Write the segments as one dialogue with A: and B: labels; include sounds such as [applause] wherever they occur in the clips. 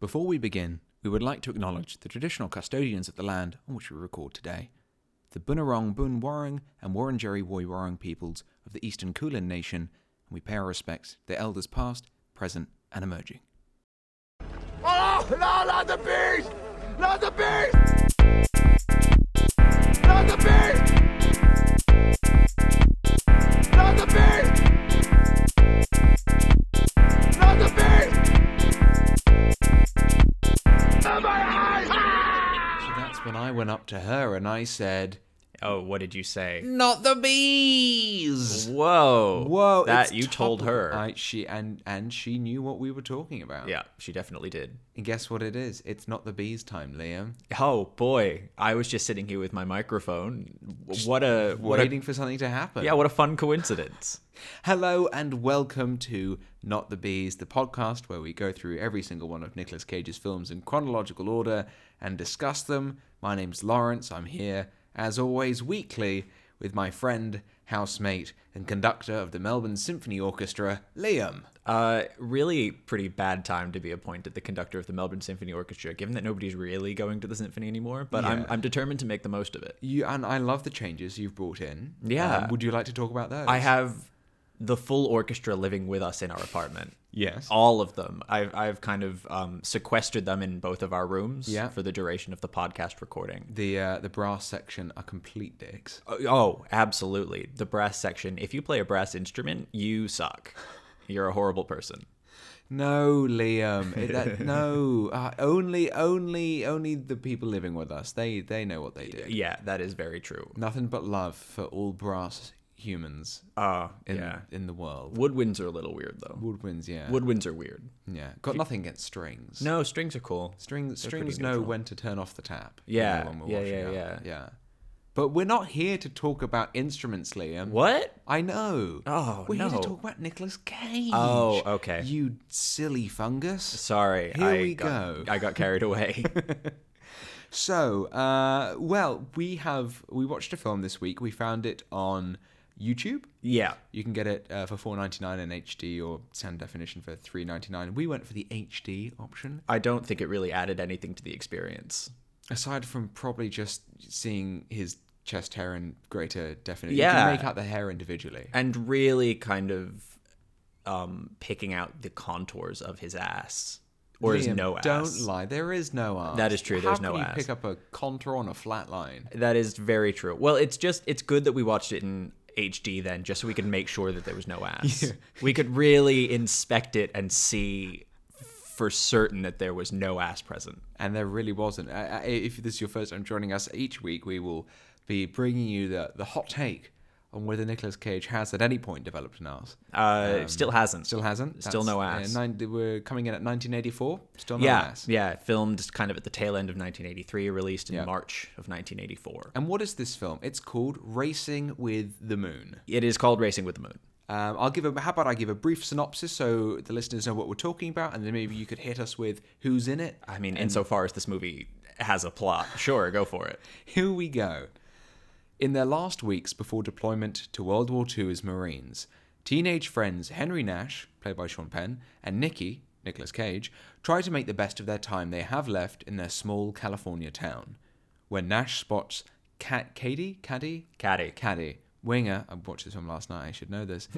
A: Before we begin, we would like to acknowledge the traditional custodians of the land on which we record today, the Bunurong Bun Warang and Wurundjeri Woi Wurrung peoples of the Eastern Kulin Nation, and we pay our respects to their elders past, present, and emerging.
B: Oh, no, not the beast! Not the beast! Not the beast! Not the beast! Not the beast! Oh, my eyes! Ah!
A: So that's when I went up to her and I said,
C: Oh, what did you say?
A: "Not the bees."
C: Whoa.
A: Whoa!
C: That
A: it's
C: you told
A: topical.
C: her.
A: I, she and and she knew what we were talking about.
C: yeah, she definitely did.
A: And guess what? It is. It's not the bees' time, Liam.
C: Oh boy, I was just sitting here with my microphone. What a what
A: waiting
C: a
A: for something to happen.
C: yeah, what a fun coincidence.
A: Hello and welcome to Not the Bees, the podcast where we go through every single one of Nicolas Cage's films in chronological order and discuss them. My name's Lawrence. I'm here, as always, weekly with my friend, housemate, and conductor of the Melbourne Symphony Orchestra, Liam.
C: Uh, really pretty bad time to be appointed the conductor of the Melbourne Symphony Orchestra, given that nobody's really going to the symphony anymore. But I'm
A: Yeah.
C: I'm determined to make the most of it.
A: You and I love the changes you've brought in. Um,
C: Yeah.
A: would you like to talk about those?
C: I have the full orchestra living with us in our apartment.
A: Yes.
C: all of them. I've I've kind of um, sequestered them in both of our rooms
A: Yeah.
C: for the duration of the podcast recording.
A: The uh, the brass section are complete dicks.
C: Oh, absolutely. The brass section. If you play a brass instrument, you suck. You're a horrible person.
A: No, Liam. It- that-
C: [laughs]
A: no, uh, only, only, only the people living with us. They, they know what they do.
C: Yeah, that is very true.
A: Nothing but love for all brass humans
C: Uh,
A: in
C: yeah.
A: in the world.
C: Woodwinds are a little weird though.
A: Woodwinds, yeah,
C: Woodwinds are weird.
A: yeah. Got nothing against strings.
C: No, strings are cool.
A: strings. Strings
C: pretty
A: know
C: neutral.
A: when to turn off the tap. you
C: Yeah,
A: know, when we're
C: yeah,
A: washing
C: yeah,
A: up. yeah. But we're not here to talk about instruments, Liam.
C: What?
A: I know.
C: Oh,
A: we're here
C: no.
A: to talk about Nicolas Cage.
C: Oh, okay.
A: You silly fungus.
C: Sorry.
A: Here
C: I
A: we
C: got,
A: go.
C: I got
A: [laughs]
C: carried away.
A: So, uh, well, we have we watched a film this week. We found it on YouTube.
C: yeah.
A: You can get it uh, for four ninety nine in HD or sound definition for three ninety nine. We went for the HD option.
C: I don't think it really added anything to the experience.
A: Aside from probably just seeing his chest hair in greater definition, you
C: Yeah.
A: can make out the hair individually.
C: and really kind of um, picking out the contours of his ass or his
A: Liam,
C: no ass.
A: Don't lie. There is no ass.
C: That is true,
A: How
C: there's no
A: can you
C: ass.
A: Pick up a contour on a flat line.
C: That is very true. Well, it's just it's good that we watched it in HD then, just so we could make sure that there
A: [laughs]
C: was no ass. We could really inspect it and see for certain that there was no ass present.
A: and there really wasn't. I, I, if this is your first time joining us, each week we will be bringing you the, the hot take on whether Nicolas Cage has at any point developed an ass.
C: Uh, still hasn't.
A: Um, Still hasn't.
C: Still no
A: That's-
C: ass.
A: uh, nine- we're coming in at 1984. Still no
C: yeah,
A: ass.
C: yeah. Filmed kind of at the tail end of 1983, released in
A: Yeah.
C: March of 1984.
A: And what is this film? It's called Racing with the Moon.
C: It is called Racing with the Moon.
A: Um, I'll give a. How about I give a brief synopsis so the listeners know what we're talking about, and then maybe you could hit us with who's in it.
C: I mean, insofar as this movie has a plot, sure, go for it.
A: Here we go. In their last weeks before deployment to World War II as Marines, teenage friends Henry Nash, played by Sean Penn, and Nicky, Nicolas Cage, try to make the best of their time they have left in their small California town. When Nash spots Cat Katie, Caddy,
C: Caddy.
A: Caddy Winger, I watched this film last night, I should know this.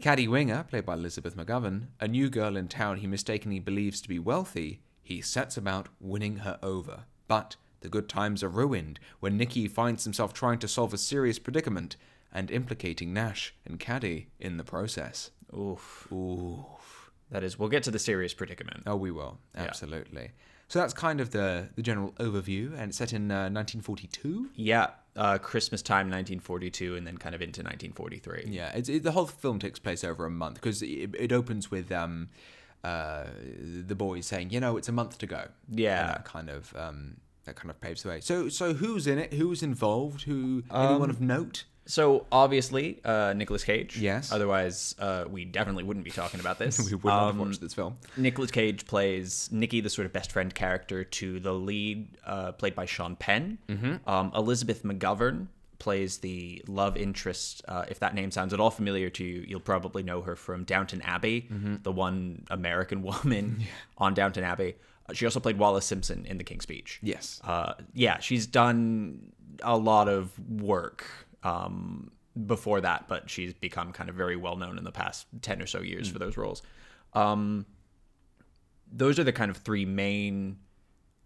A: Caddy Winger, played by Elizabeth McGovern, a new girl in town he mistakenly believes to be wealthy, he sets about winning her over. But the good times are ruined when Nicky finds himself trying to solve a serious predicament and implicating Nash and Caddy in the process.
C: Oof. Oof. That is, we'll get to the serious predicament.
A: Oh, we will. Absolutely. So that's kind of the, the general overview, and it's set in uh, 1942.
C: Yeah, uh, Christmas time 1942 and then kind of into 1943.
A: Yeah, it's, it, the whole film takes place over a month because it, it opens with um, uh, the boys saying, you know, it's a month to go. And
C: Yeah.
A: that kind of um, that kind of paves the way. So, so who's in it? Who's involved? Who
C: Um,
A: anyone of note?
C: So obviously, uh, Nicolas Cage.
A: Yes.
C: Otherwise, uh, we definitely wouldn't be talking about [laughs] this. Um,
A: We would not have watched this film.
C: Nicolas Cage plays Nikki, the sort of best friend character to the lead, uh, played by Sean Penn. Um, Elizabeth McGovern plays the love interest. Uh, if that name sounds at all familiar to you, you'll probably know her from Downton Abbey, the one American [laughs] woman on Downton Abbey. Uh, She also played Wallace Simpson in The King's Speech.
A: Yes.
C: Uh, yeah, she's done a lot of work um, before that, but she's become kind of very well known in the past 10 or so years for those roles. Um, those are the kind of three main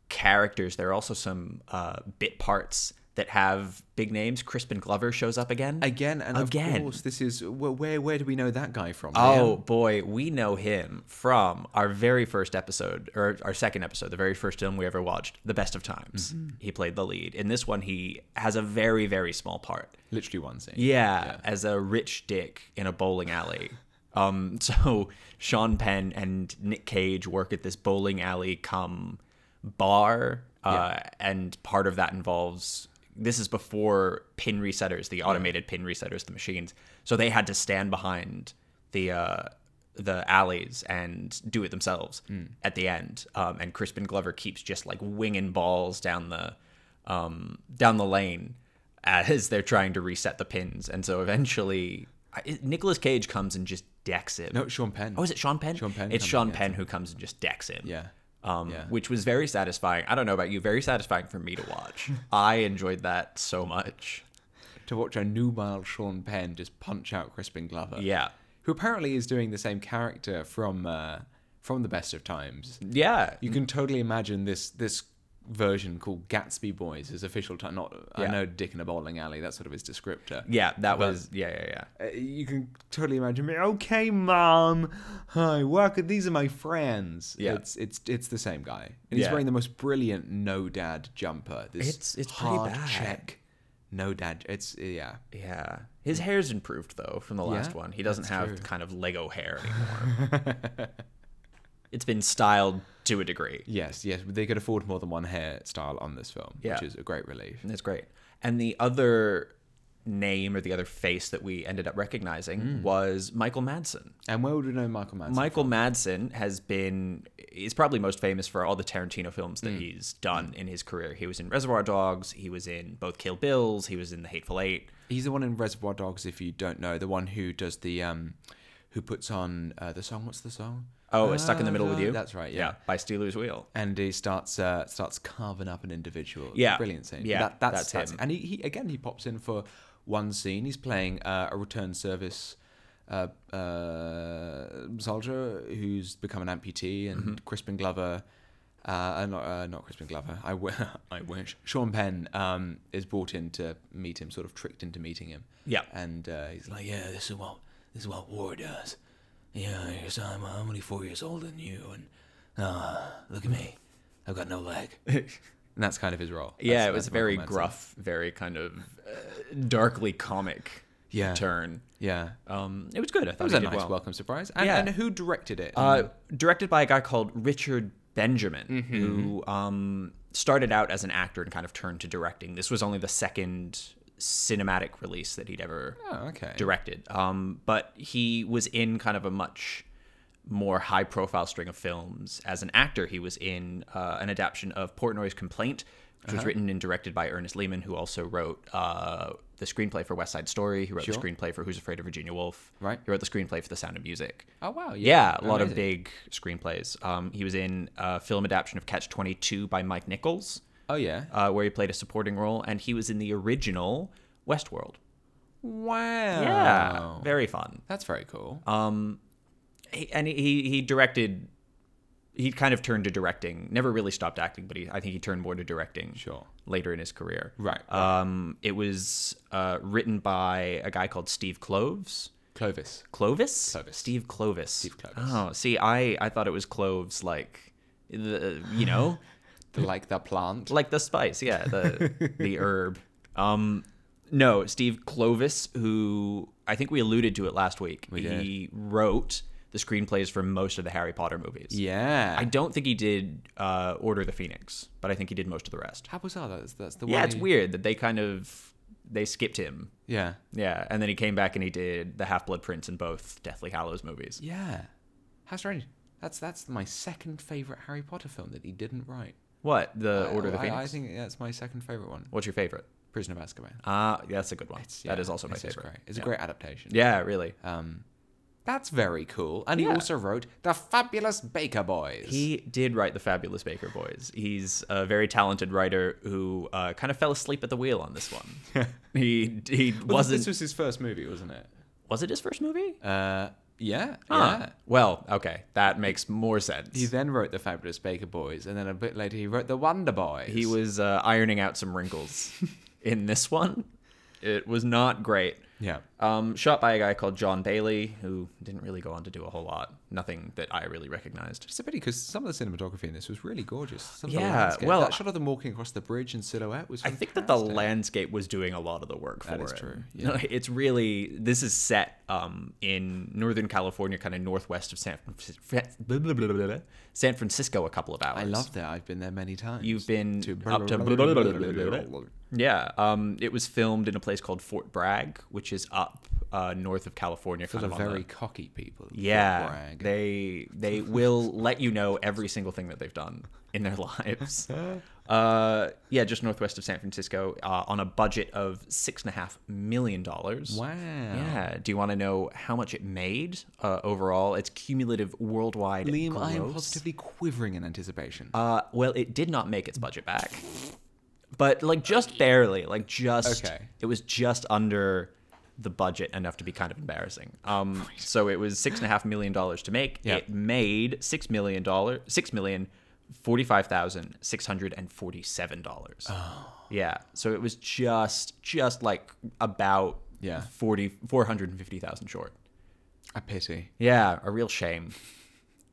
C: characters. There are also some uh, bit parts that have big names. Crispin Glover shows up again.
A: Again and
C: Again.
A: of course, this is where where, where do we know that guy from?
C: Oh boy, we know him from our very first episode, or our second episode, the very first film we ever watched, The Best of Times. He played the lead. In this one, he has a very, very small part.
A: literally one scene.
C: Yeah, as a rich dick in a bowling alley. Um, [laughs] so Sean Penn and Nick Cage work at this bowling alley come bar, uh, and part of that involves this is before pin resetters, the automated pin resetters, the machines. So they had to stand behind the uh, the alleys and do it themselves at the end. Um, and Crispin Glover keeps just like winging balls down the um, down the lane as they're trying to reset the pins. And so eventually, Nicholas Cage comes and just decks him.
A: No, Sean Penn.
C: Oh, is it Sean Penn?
A: Sean Penn
C: It's
A: comes
C: Sean
A: and gets
C: Penn who comes and just decks him.
A: Yeah.
C: Um,
A: Yeah.
C: Which was very satisfying. I don't know about you, very satisfying for me to
A: [laughs]
C: watch. I enjoyed that so much.
A: To watch a nubile Sean Penn just punch out Crispin Glover.
C: Yeah.
A: Who apparently is doing the same character from uh, from the best of times.
C: Yeah.
A: You can totally imagine this this version called Gatsby Boys, his official title. Not I
C: Yeah.
A: know Dick in a bowling alley. That's sort of his descriptor.
C: yeah, that was. Yeah, yeah, yeah.
A: Uh, you can totally imagine me. Okay, mom, hi, welcome. These are my friends.
C: Yeah.
A: it's it's it's the same guy, and he's
C: Yeah.
A: wearing the most brilliant no dad jumper. This
C: It's- it's pretty
A: hard
C: bad.
A: check, no dad. It's yeah,
C: Yeah. His hair's improved though from the last
A: Yeah?
C: one. He doesn't
A: That's
C: have
A: true.
C: kind of Lego
A: [laughs]
C: hair anymore. it's been styled to a degree.
A: yes, yes. They could afford more than one hairstyle on this film,
C: Yeah.
A: which is a great relief.
C: And That's great. And the other name or the other face that we ended up recognizing
A: Mm.
C: was Michael Madsen.
A: And where would we know Michael Madsen?
C: Michael Madsen has been is probably most famous for all the Tarantino films
A: Mm.
C: that he's done in his career. He was in Reservoir Dogs, he was in both Kill Bills, he was in The Hateful Eight.
A: He's the one in Reservoir Dogs, if you don't know, the one who does the um, who puts on uh, the song. What's the song?
C: Oh, it's Stuck in the Middle with You.
A: Ah, That's right. yeah.
C: by Steeler's Wheel.
A: and he starts uh, starts carving up an individual.
C: Yeah.
A: brilliant scene.
C: Yeah,
A: that, that's,
C: that's
A: that's,
C: him.
A: And he, he again he pops in for one scene. He's playing uh, a return service uh, uh, soldier who's become an amputee, and
C: Mm-hmm.
A: Crispin Glover. Uh, uh, not, uh, not Crispin Glover. I, w- [laughs] I
C: [laughs]
A: wish. Sean Penn um, is brought in to meet him, sort of tricked into meeting him.
C: Yeah.
A: And uh, he's like, "Yeah, this is what this is what war does. Yeah, I guess I'm, I'm only four years older than you, and uh, look at me, I've got no leg." and that's kind of his role. [laughs]
C: Yeah,
A: That's-
C: it was
A: that's
C: very
A: Michael Madsen.
C: gruff, very kind of uh, darkly comic
A: Yeah.
C: turn.
A: Yeah,
C: Um, it was good. I thought
A: that was
C: he
A: a
C: did
A: nice
C: well.
A: welcome surprise. And,
C: Yeah.
A: and who directed it?
C: Uh, directed by a guy called Richard Benjamin,
A: Mm-hmm.
C: who um, started out as an actor and kind of turned to directing. This was only the second cinematic release that he'd ever
A: oh, okay.
C: directed. Um, but he was in kind of a much more high profile string of films as an actor. He was in uh, an adaptation of Portnoy's Complaint, which
A: Uh-huh.
C: was written and directed by Ernest Lehman, who also wrote uh, the screenplay for West Side Story. He wrote the
A: Sure.
C: screenplay for Who's Afraid of Virginia Woolf.
A: Right.
C: He wrote the screenplay for The Sound of Music.
A: Oh wow.
C: Yeah, a lot of
A: Amazing.
C: big screenplays. Um, he was in a film adaptation of Catch 22 by Mike Nichols,
A: Oh yeah.
C: uh, where he played a supporting role, and he was in the original Westworld.
A: wow.
C: Yeah, Uh, very fun.
A: That's very cool.
C: He, and he he directed. He kind of turned to directing. Never really stopped acting, but he, I think he turned more to directing.
A: Sure.
C: Later in his career.
A: Right,
C: Um, it was uh, written by a guy called Steve Cloves.
A: Clovis.
C: Clovis?
A: Clovis.
C: Steve Clovis.
A: Steve Clovis.
C: Oh, see, I, I thought it was cloves like the you
A: [laughs]
C: know,
A: The, like the plant.
C: like the spice, yeah, the
A: [laughs]
C: the herb. Um no, Steve Clovis who I think we alluded to it last week.
A: did.
C: He wrote the screenplays for most of the Harry Potter movies.
A: yeah.
C: I don't think he did uh, Order of the Phoenix, but I think he did most of the rest.
A: How bizarre that is. That's the
C: Yeah,
A: one
C: it's
A: he-
C: weird that they kind of they skipped him.
A: Yeah.
C: Yeah, and then he came back and he did the Half Blood Prince and both Deathly Hallows movies.
A: Yeah. How strange. That's that's my second favorite Harry Potter film that he didn't write.
C: What the Order of the
A: I,
C: Phoenix?
A: I think that's my second favorite one.
C: What's your favorite?
A: Prisoner of Azkaban.
C: Ah, yeah, that's a good one. that
A: Yeah,
C: is also my
A: it's just
C: favorite.
A: Great. It's
C: yeah.
A: a great adaptation.
C: Yeah, really.
A: That's very cool. And he
C: Yeah.
A: also wrote The Fabulous Baker Boys.
C: He did write The Fabulous Baker Boys. He's a very talented writer who uh, kind of fell asleep at the wheel on
A: [laughs]
C: this one. he he
A: Well,
C: wasn't.
A: This was his first movie, wasn't it?
C: was it his first movie?
A: Uh, yeah.
C: Huh.
A: Yeah.
C: Well, okay, that makes more sense.
A: He then wrote The Fabulous Baker Boys, and then a bit later he wrote The Wonder Boys.
C: he was uh, ironing out some wrinkles
A: [laughs]
C: in this one. It was not great.
A: Yeah.
C: Um, shot by a guy called John Bailey, who didn't really go on to do a whole lot. Nothing that I really recognized.
A: It's a pity because some of the cinematography in this was really gorgeous. Some of the
C: Yeah,
A: landscape.
C: well,
A: that shot of them walking across the bridge in silhouette was.
C: I
A: Fantastic.
C: think that the landscape was doing a lot of the work for
A: That is
C: it. [laughs]
A: true,
C: You know, It's really this is set um, in Northern California, kind of northwest of San blah, blah, blah, blah, blah, San Francisco. A couple of hours.
A: I love that. I've been there many times.
C: You've been
A: To-
C: up to. Yeah, um, it was filmed in a place called Fort Bragg, which is up uh, north of California.
A: Full
C: kind
A: of
C: on the-
A: very cocky people. Fort
C: yeah,
A: Bragg.
C: they they will let you know every single thing that they've done in their [laughs] lives. Uh, yeah, just northwest of San Francisco, uh, on a budget of six and a half million dollars.
A: Wow.
C: Yeah. Do you want to know how much it made uh, overall? Its cumulative worldwide.
A: Liam, I am
C: gross?
A: positively quivering in anticipation.
C: Uh, well, it did not make its budget back, but like just barely, like just
A: Okay.
C: it was just under the budget enough to be kind of embarrassing. Um, so it was six and a half million dollars to make.
A: Yeah.
C: It made six million dollars, six million forty-five thousand six hundred and forty-seven dollars.
A: Oh.
C: Yeah. So it was just just like about
A: Yeah.
C: forty four hundred and fifty thousand short.
A: a pity.
C: Yeah, a real shame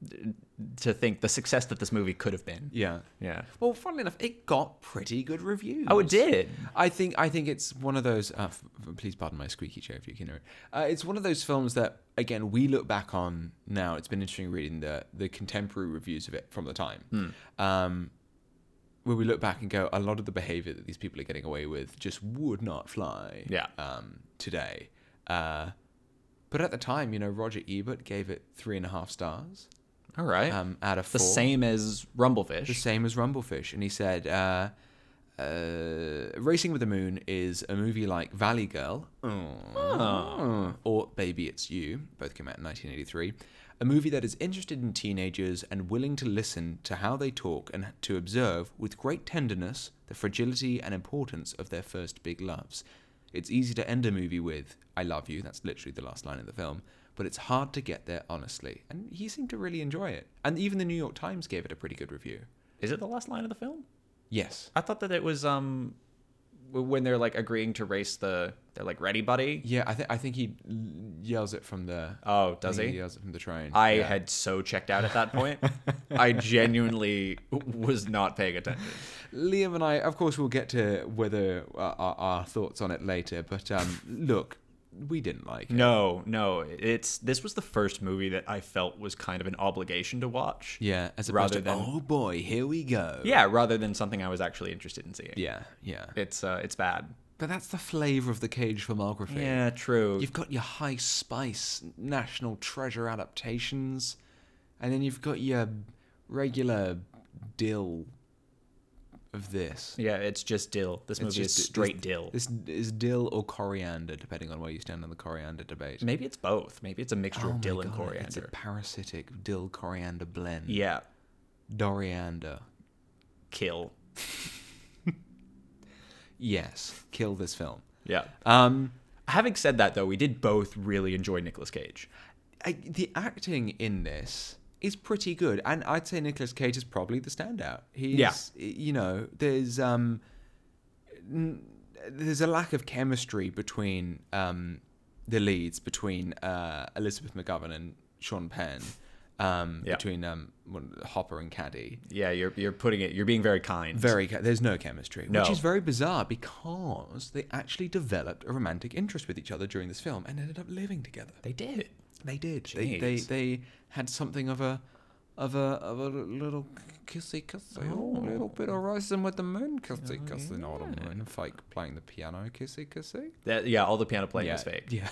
C: th- to think the success that this movie could have been.
A: Yeah.
C: Yeah.
A: Well, funnily enough, it got pretty good reviews.
C: Oh, it did.
A: I think I think it's one of those. Uh, f- f- please pardon my squeaky chair if you can hear it. Uh, it's one of those films that again we look back on now. It's been interesting reading the the contemporary reviews of it from the time,
C: Hmm.
A: um, where we look back and go, a lot of the behavior that these people are getting away with just would not fly.
C: Yeah.
A: Um, today, uh, but at the time, you know, Roger Ebert gave it three and a half stars
C: All right.
A: um, out of
C: the
A: four.
C: same as Rumblefish.
A: The same as Rumblefish. And he said, uh, uh, Racing with the Moon is a movie like Valley Girl or Baby It's You, both came out in 1983. A movie that is interested in teenagers and willing to listen to how they talk and to observe with great tenderness the fragility and importance of their first big loves. It's easy to end a movie with, I love you, that's literally the last line of the film, but it's hard to get there honestly. And he seemed to really enjoy it. And even the New York Times gave it a pretty good review.
C: Is it the last line of the film?
A: Yes.
C: I thought that it was um w- when they're like agreeing to race the they're like ready buddy.
A: Yeah, I think I think he l- yells it from the.
C: Oh,
A: I
C: does
A: think
C: he?
A: yells it from the train.
C: I
A: Yeah.
C: had so checked out at [laughs] that point. I genuinely was not paying attention.
A: Liam and I. Of course, we'll get to whether uh, our, our thoughts on it later. But um, look, we didn't like it.
C: No, no. It's this was the first movie that I felt was kind of an obligation to watch.
A: Yeah, as opposed
C: Rather
A: to
C: than-
A: oh boy, here we go.
C: Yeah, rather than something I was actually interested in seeing.
A: yeah, yeah.
C: It's uh it's bad.
A: But that's the flavor of the Cage filmography.
C: Yeah, true.
A: You've got your high spice national treasure adaptations, and then you've got your regular dill of this.
C: yeah, it's just dill. This movie
A: just
C: is
A: d-
C: straight dill.
A: This is dill or coriander, depending on where you stand on the coriander debate.
C: Maybe it's both. Maybe it's a mixture
A: Oh my
C: of dill and
A: God,
C: coriander.
A: It's a parasitic dill coriander blend.
C: yeah,
A: Doriander.
C: kill.
A: Yes. Kill this film.
C: Yeah.
A: Um,
C: Having said that, though, we did both really enjoy Nicolas Cage.
A: I, the acting in this is pretty good, and I'd say Nicolas Cage is probably the standout. He's, you know, there's um, n- there's a lack of chemistry between um, the leads between uh, Elizabeth McGovern and Sean Penn, um,
C: Yeah.
A: between um, what- Hopper and Caddy.
C: Yeah, you're you're putting it. You're being very kind.
A: Very, che- there's no chemistry,
C: No.
A: which is very bizarre because they actually developed a romantic interest with each other during this film and ended up living together.
C: They did.
A: They did. They, they
C: Jeez.
A: they had something of a of a of a little kissy kissy, oh. a little bit of rising with the moon kissy kissy, not a moon fake playing the piano kissy kissy.
C: That, yeah, all the piano playing
A: yeah,
C: was fake.
A: Yeah.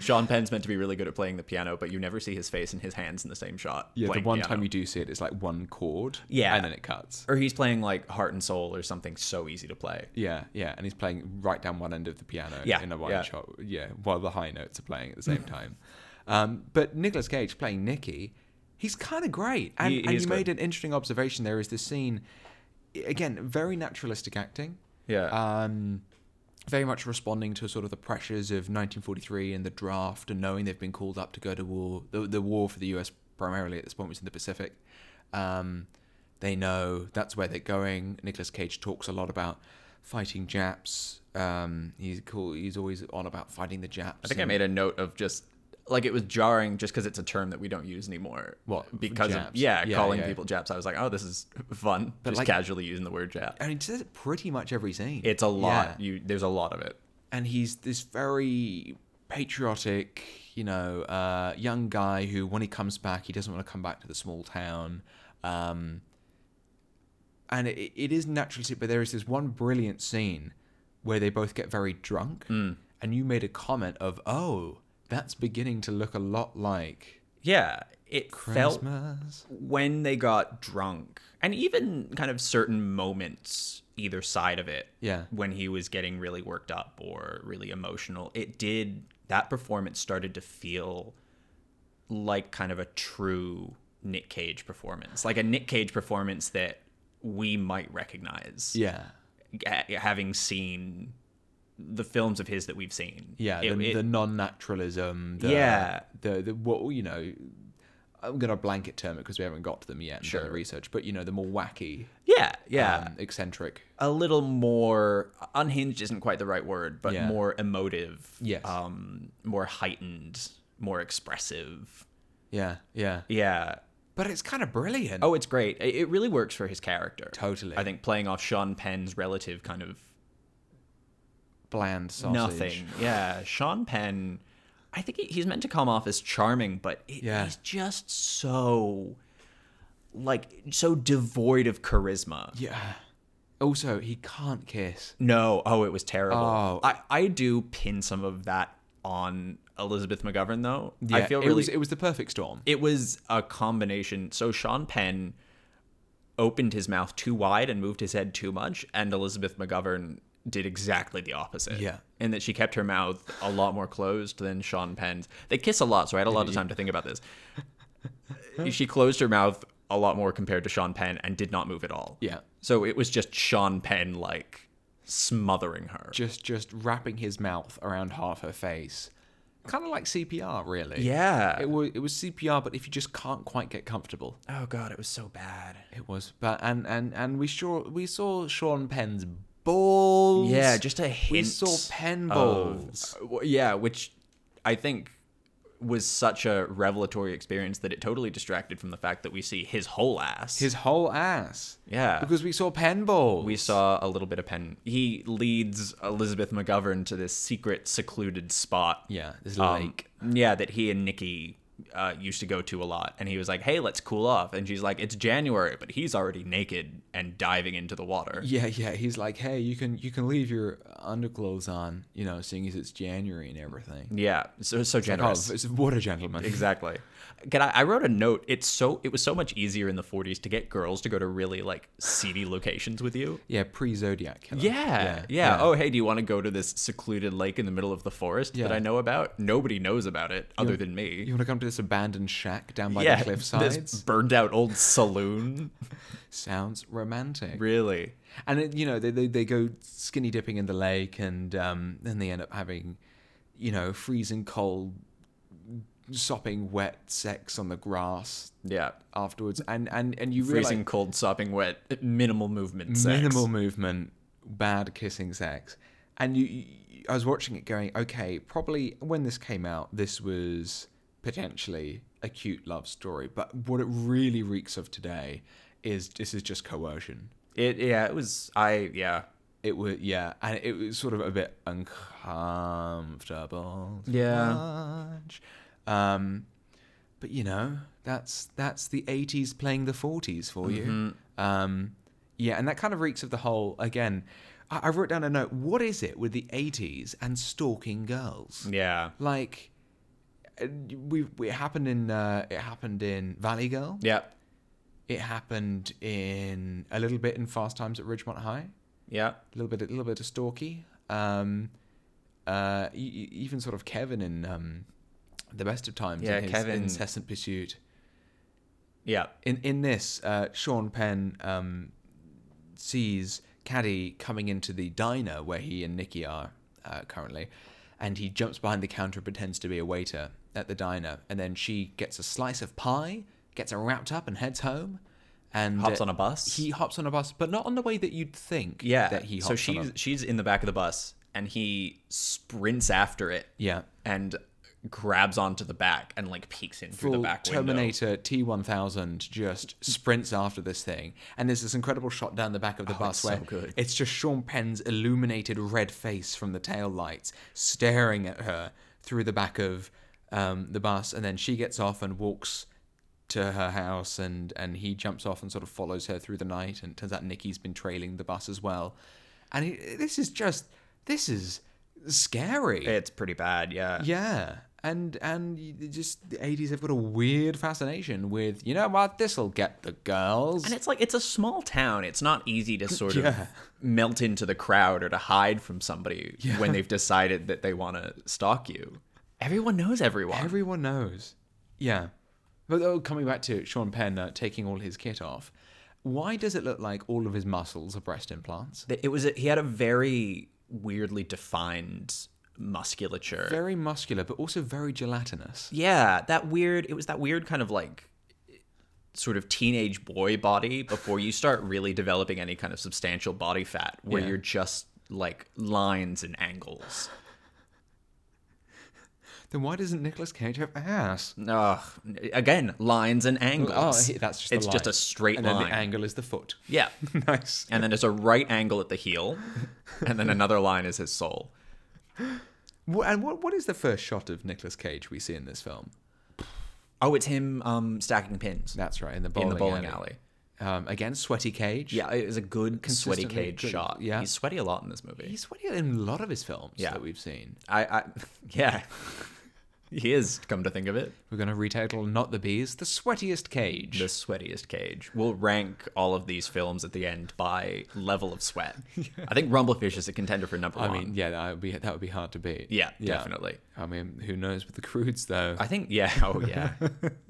C: Sean Penn's meant to be really good at playing the piano, but you never see his face and his hands in the same shot.
A: Yeah, the
C: playing
A: one
C: piano.
A: time you do see it, it's like one chord.
C: Yeah.
A: And then it cuts.
C: or he's playing like Heart and Soul or something so easy to play.
A: Yeah, yeah. And he's playing right down one end of the piano
C: Yeah,
A: in a wide
C: yeah.
A: shot. Yeah, while the high notes are playing at the same time. [laughs] Um, but Nicolas Cage playing Nicky, he's kind of great. And,
C: He- he
A: and you
C: is
A: made an interesting observation. There is this scene, again, very naturalistic acting.
C: Yeah.
A: um, very much responding to sort of the pressures of 1943 and the draft, and knowing they've been called up to go to war. The, the war for the U.S. primarily at this point was in the Pacific. Um, they know that's where they're going. Nicolas Cage talks a lot about fighting Japs. Um, he's cool. He's always on about fighting the Japs.
C: I think I made a note of just like it was jarring just because it's a term that we don't use anymore.
A: What,
C: Because of
A: Japs?
C: yeah,
A: Yeah,
C: calling
A: yeah.
C: people Japs. I was like, oh, this is fun. just
A: like-
C: casually using the word Jap.
A: And he says it pretty much every scene.
C: It's a
A: Yeah.
C: lot. You there's a lot of it.
A: and he's this very patriotic, you know, uh, young guy who, when he comes back, he doesn't want to come back to the small town. Um, and it, it is naturalistic, but there is this one brilliant scene where they both get very drunk, and you made a comment of, "Oh, that's beginning to look a lot like
C: Yeah, it felt
A: Christmas."
C: when they got drunk and even kind of certain moments either side of it
A: Yeah.
C: when he was getting really worked up or really emotional it did that performance started to feel like kind of a true nick cage performance like a nick cage performance that we might recognize
A: Yeah,
C: ha- having seen the films of his that we've seen
A: yeah,
C: It-
A: the,
C: it-
A: the non-naturalism. The,
C: Yeah.
A: the the what you know. I'm gonna blanket term it because we haven't got to them yet. Sure.
C: Sure. Uh,
A: The research, but you know the more wacky
C: yeah yeah
A: um, eccentric.
C: a little more unhinged isn't quite the right word, but
A: Yeah.
C: more emotive,
A: Yes.
C: um, more heightened, more expressive.
A: Yeah, yeah.
C: Yeah.
A: But it's kind of brilliant.
C: Oh, it's great. It it really works for his character.
A: Totally.
C: I think playing off Sean Penn's relative kind of
A: bland sausage.
C: nothing. Yeah, Sean Penn. I think he, he's meant to come off as charming, but it,
A: Yeah.
C: he's just so like so devoid of charisma.
A: Yeah. Also, he can't kiss.
C: No, oh, it was terrible.
A: Oh.
C: I, I do pin some of that on Elizabeth McGovern though. I
A: Yeah,
C: feel
A: it
C: really
A: was it was the perfect storm.
C: it was a combination. So Sean Penn opened his mouth too wide and moved his head too much, and Elizabeth McGovern did exactly the opposite.
A: Yeah.
C: In that she kept her mouth a lot more closed than Sean Penn's. They kiss a lot, so I had a lot of time to think about this. [laughs] she closed her mouth a lot more compared to Sean Penn and did not move at all.
A: Yeah.
C: So it was just Sean Penn like smothering her.
A: Just just wrapping his mouth around half her face. Kind of like CPR, really.
C: Yeah.
A: It was it was CPR, but if you just can't quite get comfortable.
C: oh god, it was so bad.
A: It was but and and and we sure we saw Sean Penn's balls.
C: Yeah, just a hint.
A: We saw pen balls.
C: of- uh, w- yeah, which I think was such a revelatory experience that it totally distracted from the fact that we see his whole ass.
A: his whole ass.
C: Yeah.
A: Because we saw pen balls.
C: we saw a little bit of pen. He leads Elizabeth McGovern to this secret, secluded spot.
A: Yeah, this
C: Um,
A: lake.
C: yeah, that he and Nikki. Uh, used to go to a lot, and he was like, "Hey, let's cool off." And she's like, "It's January, but he's already naked and diving into the water."
A: Yeah, yeah. He's like, hey, you can you can leave your underclothes on, you know, seeing as it's January and everything.
C: Yeah, so so
A: Oh,
C: generous.
A: it's what a gentleman.
C: Exactly. Can I, I wrote a note. It's so it was so much easier in the 40s to get girls to go to really like seedy locations with you.
A: Yeah, pre Zodiac killer.
C: Yeah, yeah. Oh, hey, do you want to go to this secluded lake in the middle of the forest that
A: Yeah.
C: I know about? Nobody knows about it other than me.
A: You want to come to this abandoned shack down by
C: yeah,
A: the cliff
C: this
A: sides?
C: burned out old saloon.
A: Sounds romantic.
C: really?
A: And it, you know, they, they they go skinny dipping in the lake, and um, then they end up having, you know, freezing cold, sopping wet sex on the grass
C: Yeah.
A: afterwards. And and and you realize
C: Freezing cold, sopping wet, minimal movement, sex.
A: minimal movement, bad kissing sex. And you, you, I was watching it going, okay, probably when this came out, this was potentially a cute love story. But what it really reeks of today is this is just coercion.
C: It yeah. It was I yeah.
A: It was, yeah, and it was sort of a bit uncomfortable. to
C: Yeah.
A: watch. Um, but you know, that's that's the '80s playing the '40s for
C: Mm-hmm.
A: you. Um, yeah, and that kind of reeks of the whole. Again, I, I wrote down a note. What is it with the '80s and stalking girls?
C: Yeah.
A: Like, and we, we it happened in uh, it happened in Valley Girl.
C: Yeah.
A: It happened in a little bit in Fast Times at Ridgemont High.
C: Yeah.
A: A little bit, a little bit of Stalky. Um, uh, e- e- even sort of Kevin in um, the best of times.
C: Yeah,
A: in his
C: Kevin-
A: Incessant pursuit.
C: Yeah.
A: In in this, uh, Sean Penn um, sees Caddy coming into the diner where he and Nikki are uh, currently, and he jumps behind the counter and pretends to be a waiter at the diner, and then she gets a slice of pie, gets it wrapped up, and heads home. And
C: Hops on a bus?
A: He hops on a bus, but not on the way that you'd think.
C: Yeah.
A: that he hops
C: so
A: on.
C: she's
A: a-
C: she's in the back of the bus and he sprints after it.
A: yeah.
C: And grabs onto the back and like peeks in through the
A: full
C: back window.
A: Terminator T1000 just sprints after this thing. And there's this incredible shot down the back of the bus
C: Oh, it's
A: where
C: so good.
A: it's just Sean Penn's illuminated red face from the tail lights staring at her through the back of um, the bus. And then she gets off and walks to her house and, and he jumps off and sort of follows her through the night. And it turns out Nikki's been trailing the bus as well. And it, this is just, this is scary.
C: It's pretty bad, yeah.
A: Yeah, and and y- they just the eighties have got a weird fascination with you know what this'll get the girls.
C: And it's like it's a small town. It's not easy to sort of melt into the crowd or to hide from somebody when they've decided that they want to stalk you. Everyone knows everyone.
A: Everyone knows. Yeah, but oh, coming back to Sean Penn uh, taking all his kit off, why does it look like all of his muscles are breast implants?
C: That it was a, he had a very weirdly defined musculature.
A: Very muscular, but also very gelatinous.
C: yeah, that weird. It was that weird kind of like sort of teenage boy body before you start really developing any kind of substantial body fat, where
A: Yeah.
C: you're just like lines and angles.
A: Then why doesn't Nicolas Cage have ass?
C: Ugh. Again, lines and angles.
A: Oh, he- that's just the
C: it's just
A: line.
C: a straight
A: and
C: line.
A: then the angle is the foot. [laughs]
C: yeah,
A: nice.
C: and then there's a right angle at the heel, and then another line is his soul.
A: Wh- And what what is the first shot of Nicolas Cage we see in this film?
C: Oh, it's him um, stacking pins
A: That's right in the
C: in
A: bowling
C: the bowling
A: alley.
C: alley.
A: Um, again, sweaty cage.
C: Yeah, it was a good sweaty
A: Consistently
C: cage
A: good,
C: shot.
A: yeah.
C: he's sweaty a lot in this movie.
A: he's sweaty in a lot of his films
C: Yeah.
A: that we've seen.
C: I, I [laughs] yeah, he is. Come to think of it,
A: We're going to retitle "Not the Bees" the sweatiest cage.
C: the sweatiest cage. We'll rank all of these films at the end by level
A: [laughs]
C: of sweat. I think Rumblefish is a contender for number
A: I
C: one.
A: mean, yeah, that would be that would be hard to beat.
C: yeah, definitely.
A: I mean, who knows with the crudes though?
C: I think yeah, [laughs] oh
A: [laughs]
C: yeah,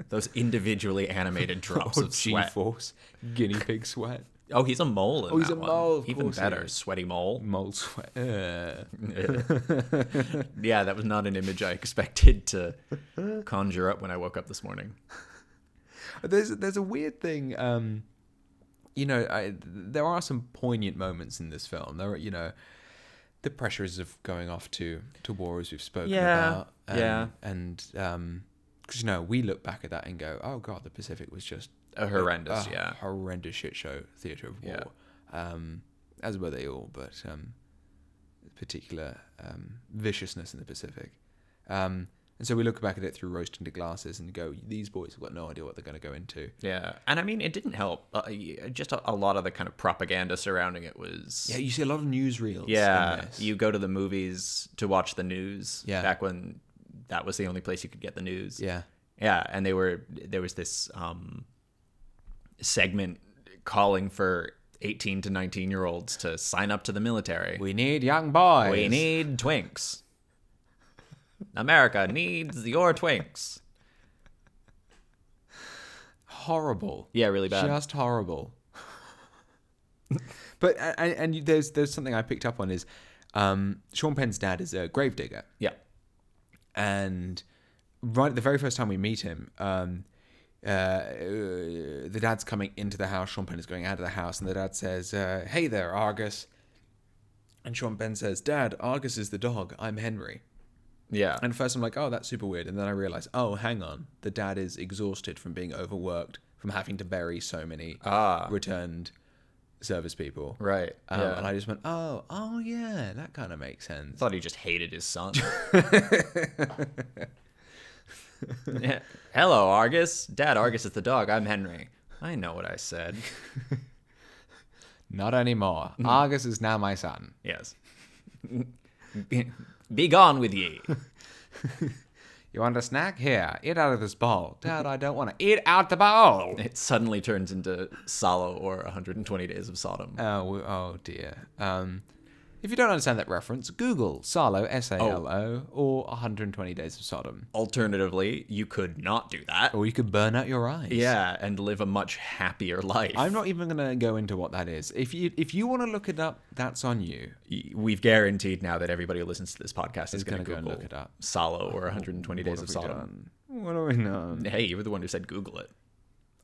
C: those individually animated drops
A: Or
C: of sweat.
A: G-force, guinea pig sweat,
C: Oh, he's a mole. In oh,
A: he's a mole, of
C: Even
A: course he
C: better,
A: is.
C: sweaty mole.
A: mole
C: [laughs]
A: sweat. Ugh. Mm. [laughs]
C: Yeah, that was not an image I expected to conjure up when I woke up this morning.
A: there's there's a weird thing. Um, you know, I, there are some poignant moments in this film. There, are, you know, the pressures of going off to to war, as we've spoken
C: Yeah,
A: about. And,
C: yeah.
A: and um, because you know, we look back at that and go, "Oh God, the Pacific was just
C: A horrendous,
A: a
C: yeah.
A: horrendous shit show, theater of war." Um, as were they all, but um, particular um, viciousness in the Pacific. Um, and so we look back at it through rose-tinted glasses and go, "These boys have got no idea what they're going to go into."
C: Yeah, and I mean, it didn't help. Uh, y- just a, a lot of the kind of propaganda surrounding it was.
A: Yeah, you see a lot of newsreels.
C: Yeah,
A: in this.
C: you go to the movies to watch the news.
A: Yeah.
C: back when that was the only place you could get the news.
A: yeah,
C: yeah, and they were there was this um, segment calling for eighteen to nineteen year olds to sign up to the military.
A: we need young boys.
C: We need twinks. America needs your twinks.
A: horrible.
C: Yeah, really bad.
A: just horrible. [laughs] but and, and you- there's there's something I picked up on is um, Sean Penn's dad is a gravedigger,
C: yeah,
A: and right the very first time we meet him. Um, uh, uh, the dad's coming into the house. Sean Penn is going out of the house, and the dad says, uh, "Hey there, Argus." And Sean Penn says, "Dad, Argus is the dog. I'm Henry."
C: yeah,
A: And first I'm like, oh, that's super weird. And then I realize, oh, hang on. The dad is exhausted from being overworked, from having to bury so many Ah. returned service people.
C: right.
A: Um,
C: yeah.
A: And I just went, oh, oh, yeah, that kind of makes sense.
C: thought he just hated
A: [laughs]
C: his son. Yeah. Hello, Argus. Dad, Argus is the dog. I'm Henry. I know what I said.
A: Not anymore. Argus is now my son.
C: Yes. Be gone with ye.
A: You want a snack? Here, eat out of this bowl. Dad, I don't want to. Eat out the bowl!
C: It suddenly turns into Salo or 120 Days of Sodom.
A: [laughs] Oh, w- oh dear. Um, if you don't understand that reference, Google Salo, S A L O, or 120 Days of Sodom.
C: Alternatively, you could not do that.
A: Or you could burn out your eyes.
C: Yeah, and live a much happier life.
A: I'm not even going to go into what that is. If you if you want to look it up, that's on you.
C: We've guaranteed now that everybody who listens to this podcast is going
A: gonna
C: to
A: go and look it up.
C: Salo or 120 Days of
A: What have we
C: Sodom.
A: done? What do we know?
C: Hey, you were the one who said Google it.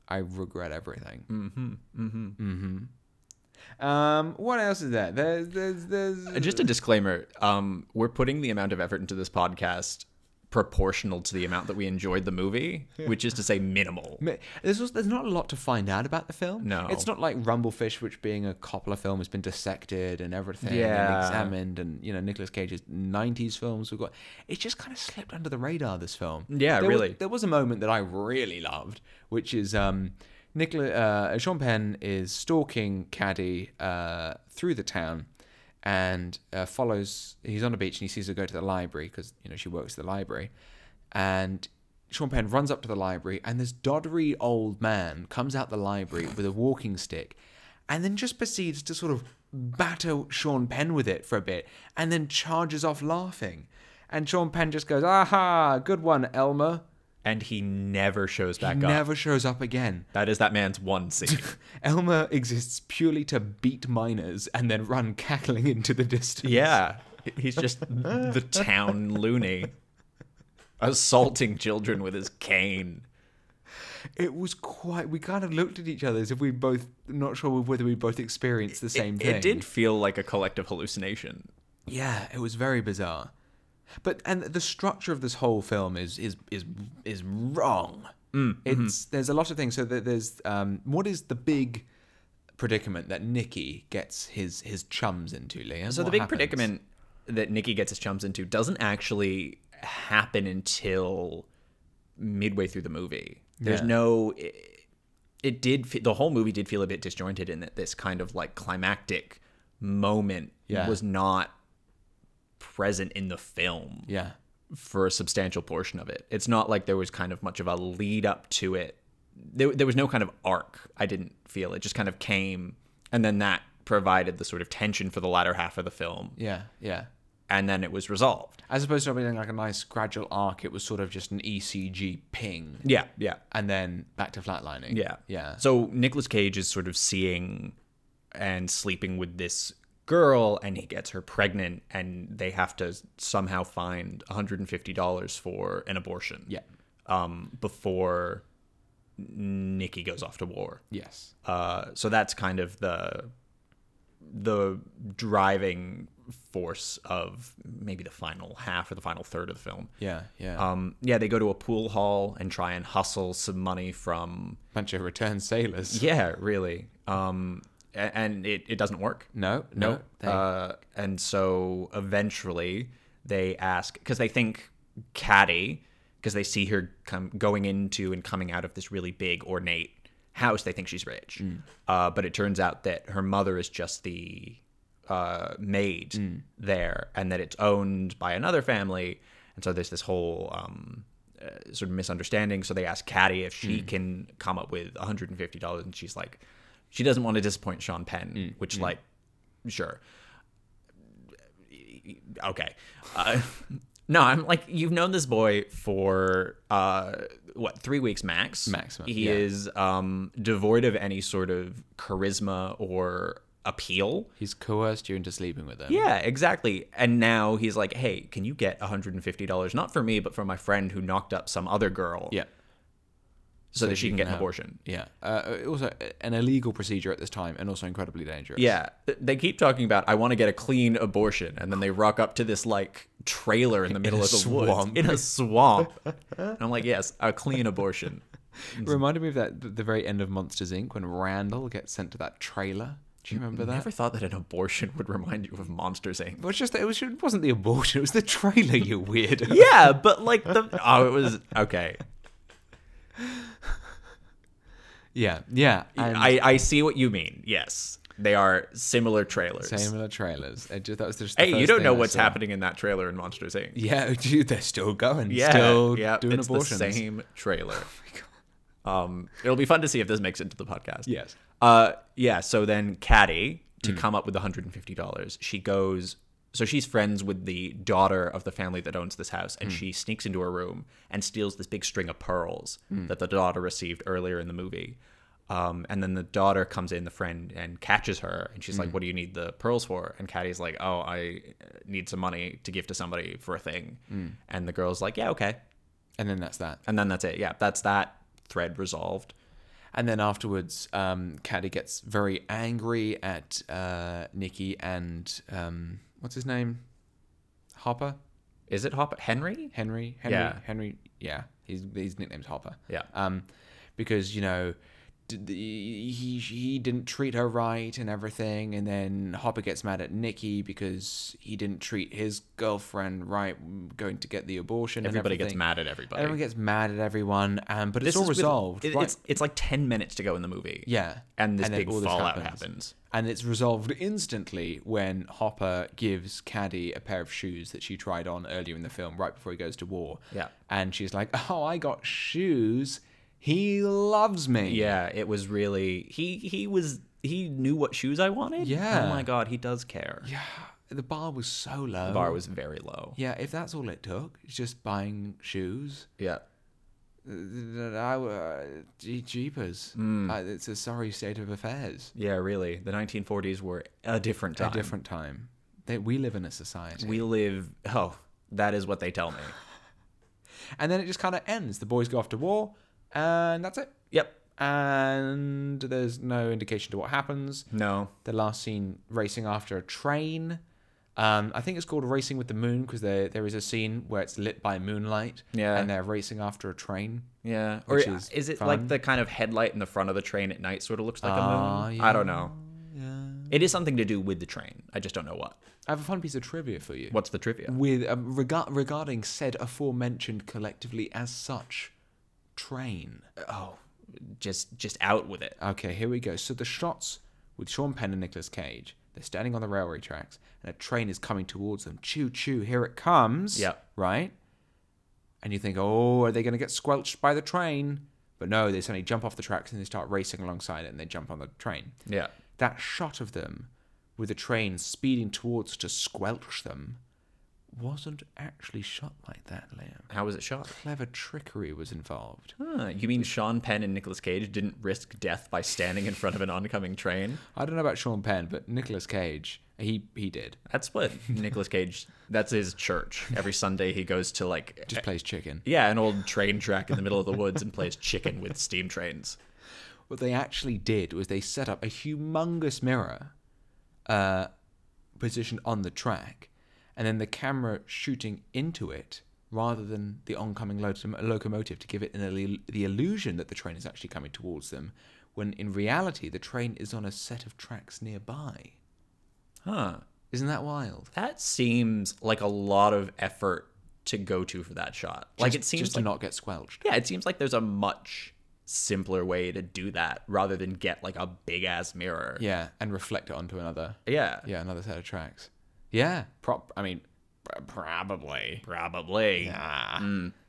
A: I regret everything. Mm-hmm. Mm-hmm. Mm-hmm. Um, what else is there? There's, there's, there's.
C: Uh, Just a disclaimer: um, we're putting the amount of effort into this podcast proportional to the amount that we enjoyed the movie, which is to say, minimal.
A: Ma- There's, also, there's not a lot to find out about the film.
C: No.
A: It's not like Rumblefish, which being a Coppola film has been dissected and everything and
C: Yeah.
A: examined, and you know Nicolas Cage's '90s films. We've got it just kind of slipped under the radar. This film.
C: Yeah,
A: There was-
C: really.
A: there was a moment that I really loved, which is um, Nicola uh, Sean Penn is stalking Caddy uh, through the town. And uh, follows. He's on a beach and he sees her go to the library because you know she works at the library, and Sean Penn runs up to the library, and this doddery old man comes out the library with a walking stick, and then just proceeds to sort of batter Sean Penn with it for a bit, and then charges off laughing. And Sean Penn just goes, "Aha, good one, Elmer."
C: And he never shows back up.
A: Never shows up again.
C: That is that man's
A: [laughs]
C: one scene.
A: Elmer exists purely to beat miners and then run cackling into the distance.
C: yeah, he's just the town loony, assaulting children with his cane.
A: It was quite. We kind of looked at each other as if we both not sure whether we both experienced the same
C: it,
A: thing.
C: It did feel like a collective hallucination.
A: Yeah, it was very bizarre. But and the structure of this whole film is is is is wrong.
C: Mm,
A: it's
C: mm-hmm.
A: there's a lot of things. So that there's um, what is the big predicament that Nicky gets his his chums into, Liam?
C: So the
A: What
C: big
A: happens?
C: predicament that Nikki gets his chums into doesn't actually happen until midway through the movie. There's
A: Yeah.
C: no. It, it did. fe- The whole movie did feel a bit disjointed in that this kind of like climactic moment
A: Yeah.
C: was not present in the film
A: Yeah,
C: for a substantial portion of it. It's not like there was kind of much of a lead up to it. There, there was no kind of arc. I didn't feel it just kind of came, and then that provided the sort of tension for the latter half of the film,
A: yeah, yeah.
C: and then it was resolved.
A: As opposed to it being like a nice gradual arc, it was sort of just an ECG ping,
C: Yeah, yeah,
A: and then back to flatlining.
C: yeah,
A: yeah.
C: So Nicolas Cage is sort of seeing and sleeping with this girl, and he gets her pregnant, and they have to somehow find one hundred and fifty dollars for an abortion.
A: yeah,
C: um, before Nikki goes off to war.
A: yes,
C: Uh, so that's kind of the the driving force of maybe the final half or the final third of the film.
A: yeah, yeah.
C: Um, yeah, they go to a pool hall and try and hustle some money from.
A: Bunch of returned sailors.
C: Yeah, really. Um, a- and it, it doesn't work.
A: No, no.
C: Nope.
A: they-
C: Uh, and so eventually they ask because they think Caddy, because they see her come going into and coming out of this really big ornate house. They think she's rich, uh, but it turns out that her mother is just the uh, maid there, and that it's owned by another family. And so there's this whole um, uh, sort of misunderstanding. So they ask Caddy if she can come up with $150, and she's like, she doesn't want to disappoint Sean Penn, which like sure okay uh, [laughs] no i'm like you've known this boy for uh what three weeks max
A: Maximum,
C: he
A: yeah.
C: is um devoid of any sort of charisma or appeal
A: He's coerced you into sleeping with them.
C: yeah exactly and now he's like hey can you get $150 not for me but for my friend who knocked up some other girl
A: Yeah.
C: so, that she can get an
A: have-
C: abortion
A: Yeah. Uh, also, an illegal procedure at this time and also incredibly dangerous.
C: Yeah, th- they keep talking about I want to get a clean abortion, and then they rock up to this like trailer in the middle
A: a
C: of the
A: swamp.
C: woods in a swamp. and I'm like, yes, a clean abortion.
A: Reminded me of that th- the very end of Monsters Inc. when Randall gets sent to that trailer. Do you remember
C: I
A: that?
C: never thought that an abortion would remind you of Monsters Inc.
A: It was just it was it wasn't the abortion. It was the trailer. You weirdo.
C: [laughs] Yeah, but like the [laughs] oh, it was okay.
A: Yeah. Yeah. And
C: I I see what you mean. Yes, They are similar trailers.
A: Similar trailers. It ju- that was just the
C: Hey, you
A: first
C: don't
A: thing
C: know
A: I
C: what's
A: saw.
C: happening in that trailer in Monsters Inc.
A: Yeah, [laughs] dude, they're still going.
C: Yeah,
A: still
C: yeah,
A: doing
C: it's
A: abortions. Oh
C: the same
A: [laughs]
C: trailer. Um, it'll be fun to see if this makes it to the podcast.
A: Yes.
C: Uh, yeah. So then, Caddy to come up with one hundred and fifty dollars, she goes. So she's friends with the daughter of the family that owns this house, and she sneaks into her room and steals this big string of pearls that the daughter received earlier in the movie. Um, and then the daughter comes in, the friend, and catches her, and she's like, "What do you need the pearls for?" And Caddy's like, "Oh, I need some money to give to somebody for a thing." And the girl's like, "Yeah, okay."
A: And then that's that.
C: And then that's it. Yeah, that's that thread resolved.
A: And then afterwards, um, Caddy gets very angry at uh, Nikki and um, what's his name? Hopper?
C: Is it Hopper Henry?
A: Henry? Henry?
C: Yeah.
A: Henry? Yeah. His, his nickname's Hopper.
C: Yeah.
A: Um, because, you know, d- the- he, he didn't treat her right and everything. And then Hopper gets mad at Nikki because he didn't treat his girlfriend right going to get the abortion. and
C: Everybody gets
A: everything.
C: mad at everybody.
A: Everyone gets mad at everyone, um, but it's
C: This
A: all
C: is with-
A: resolved.
C: it-
A: right?
C: It's it's like ten minutes to go in the movie.
A: Yeah.
C: and this
A: And then
C: big
A: all this
C: fallout
A: happens.
C: happens.
A: and it's resolved instantly when Hopper gives Caddy a pair of shoes that she tried on earlier in the film, right before he goes to war.
C: Yeah.
A: and she's like, "Oh, I got shoes. He loves me."
C: Yeah, it was really he he was he knew what shoes I wanted.
A: Yeah.
C: Oh my god, he does care. Yeah.
A: [sighs] the bar was so low.
C: Bar was very low.
A: Yeah, if that's all it took, it's just buying shoes.
C: Yeah.
A: I were jeepers.
C: Hmm.
A: Uh, it's a sorry state of affairs.
C: Yeah, really. The 1940s were a different time.
A: A different time. They, we live in a society.
C: We live. Oh, that is what they tell me.
A: and then it just kind of ends. The boys go off to war, and that's it.
C: Yep.
A: And there's no indication to what happens.
C: No.
A: The last scene racing after a train. Um, I think it's called Racing with the Moon because there there is a scene where it's lit by moonlight.
C: Yeah.
A: And they're racing after a train.
C: Yeah.
A: Which
C: or
A: is
C: is, it
A: fun.
C: like the kind of headlight in the front of the train at night sort of looks like
A: Ah,
C: a moon? I don't know. It is something to do with the train. I just don't know what.
A: I have a fun piece of trivia for you.
C: What's the trivia?
A: With um, rega- regarding said aforementioned collectively as such, train.
C: Oh, just just out with it.
A: Okay, here we go. So the shots with Sean Penn and Nicolas Cage. They're standing on the railway tracks, and a train is coming towards them. Choo choo, here it comes.
C: Yep.
A: Right? And you think, oh, are they going to get squelched by the train? But no, they suddenly jump off the tracks and they start racing alongside it and they jump on the train.
C: Yeah.
A: That shot of them with the train speeding towards to squelch them wasn't actually shot like that, Liam.
C: How was it shot?
A: Clever trickery was involved.
C: Huh, you mean Sean Penn and Nicolas Cage didn't risk death by standing in front of an oncoming train?
A: I don't know about Sean Penn, but Nicolas Cage, he, he did.
C: That's what Nicolas Cage. That's his church. Every Sunday he goes to like
A: Just plays chicken.
C: yeah an old train track in the middle of the woods and plays chicken with steam trains.
A: What they actually did was they set up a humongous mirror uh, positioned on the track, and then the camera shooting into it rather than the oncoming lo- locomotive to give it an il- the illusion that the train is actually coming towards them, when in reality the train is on a set of tracks nearby.
C: Huh.
A: Isn't that wild?
C: That seems like a lot of effort to go to for that shot. Like
A: Just-
C: it seems
A: just
C: like
A: to not get squelched.
C: yeah, it seems like there's a much simpler way to do that rather than get like a big ass mirror.
A: Yeah, and reflect it onto another.
C: Yeah.
A: Yeah, another set of tracks. Yeah, prop. I mean, pr- probably.
C: Probably.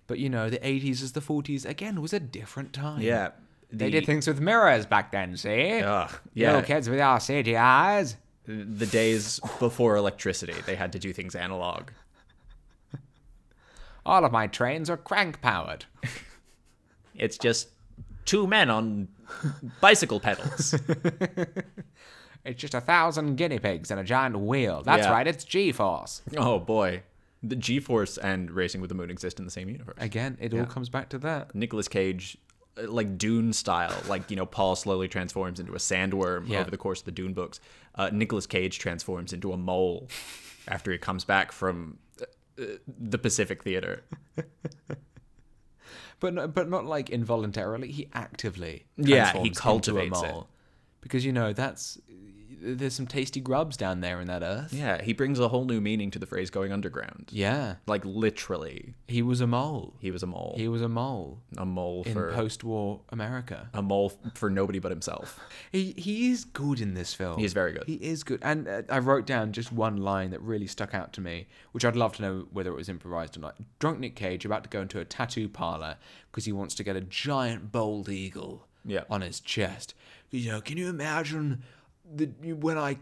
A: But you know, the 80s as the 40s again was a different time.
C: Yeah.
A: They
C: The-
A: did things with mirrors back then, see?
C: Ugh,
A: Little
C: yeah.
A: kids with our CGIs.
C: The days before electricity, they had to do things analog.
A: All of my trains are crank powered.
C: It's just two men on bicycle pedals.
A: [laughs] It's just a thousand guinea pigs and a giant wheel. That's
C: Yeah.
A: right, it's G Force.
C: oh boy. The G Force and Racing with the Moon exist in the same universe.
A: Again, it all comes back to that.
C: Nicolas Cage, uh, like Dune style, like you know Paul slowly transforms into a sandworm
A: Yeah.
C: over the course of the Dune books. Uh, Nicolas Cage transforms into a mole after he comes back from uh, uh, the Pacific Theater.
A: But no, but not like involuntarily, he actively
C: Yeah,
A: transforms
C: he
A: into a
C: cultivates it.
A: mole. Because you know, that's there's some tasty grubs down there in that earth.
C: Yeah, he brings a whole new meaning to the phrase going underground.
A: Yeah.
C: Like literally,
A: He was a mole.
C: he was a mole.
A: He was a mole
C: a mole
A: in
C: for
A: post-war America.
C: a mole for nobody but himself.
A: He he is good in this film.
C: He is very good.
A: He is good. And uh, I wrote down just one line that really stuck out to me, which I'd love to know whether it was improvised or not. Drunk Nick Cage about to go into a tattoo parlor because he wants to get a giant bald eagle
C: Yeah.
A: on his chest. You know, can you imagine the, when I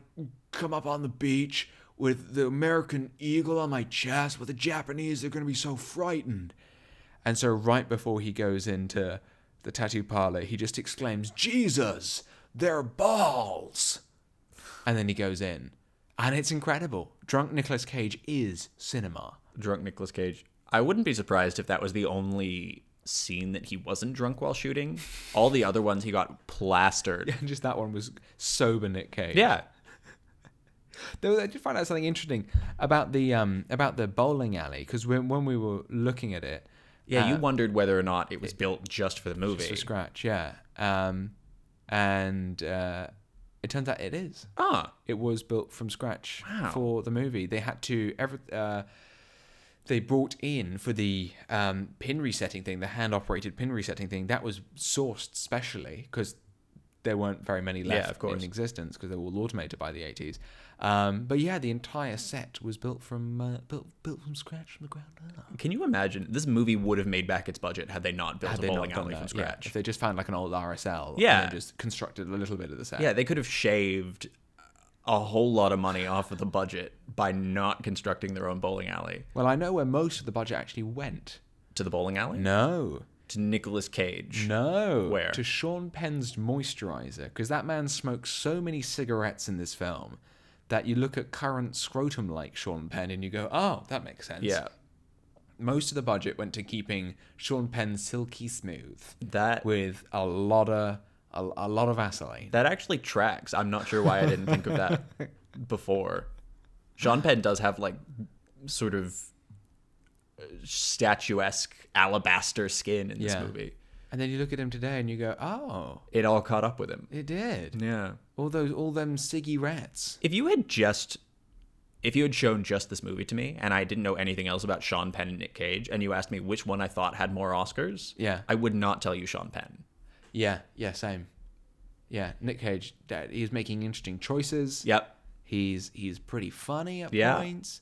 A: come up on the beach with the American eagle on my chest with the Japanese? They're going to be so frightened. And so, right before he goes into the tattoo parlor, he just exclaims, Jesus, they're balls. And then he goes in. And it's incredible. Drunk Nicolas Cage is cinema. [laughs]
C: drunk Nicolas Cage. I wouldn't be surprised if that was the only scene that he wasn't drunk while shooting. All the other ones he got plastered.
A: And just that one was sober Nick Cage.
C: [laughs] Yeah.
A: Though I did find out something interesting about the um about the bowling alley because when when we were looking at it,
C: Yeah,
A: Uh,
C: you wondered whether or not it was built just for the movie.
A: it's for scratch, yeah. Um, and uh, it turns out it is.
C: ah,
A: It was built from scratch
C: Wow.
A: for the movie. They had to every uh, they brought in for the um, pin resetting thing, the hand operated pin resetting thing. That was sourced specially because there weren't very many left
C: of course.
A: in existence because they were all automated by the eighties. Um, but yeah, the entire set was built from uh, built built from scratch from the ground up.
C: can you imagine? This movie would have made back its budget had they not built
A: Had
C: a
A: they not
C: bowling
A: done
C: alley from
A: that, yeah.
C: scratch.
A: If they just found like an old RSL, and
C: Yeah.
A: then just constructed a little bit of the set.
C: Yeah, they could have shaved a whole lot of money off of the budget by not constructing their own bowling alley
A: Well, I know where most of the budget actually went.
C: to the bowling alley
A: No.
C: to Nicolas Cage.
A: No.
C: Where?
A: To Sean Penn's moisturizer, because that man smokes so many cigarettes in this film that you look at current scrotum like Sean Penn and you go, oh, that makes sense.
C: Yeah,
A: Most of the budget went to keeping Sean Penn silky smooth
C: that
A: with a lot of. A, a lot of Vaseline.
C: that actually tracks. I'm not sure why I didn't think of that before. Sean Penn does have like sort of uh, statuesque alabaster skin in this
A: Yeah.
C: movie.
A: And then you look at him today and you go, oh,
C: It all caught up with him.
A: it did.
C: Yeah.
A: All those, all them ciggy rats.
C: If you had just if you had shown just this movie to me and I didn't know anything else about Sean Penn and Nick Cage and you asked me which one I thought had more Oscars,
A: Yeah.
C: I would not tell you Sean Penn.
A: Yeah, yeah, same. Yeah, Nick Cage, that- he's making interesting choices.
C: Yep.
A: He's he's pretty funny at
C: Yeah.
A: points.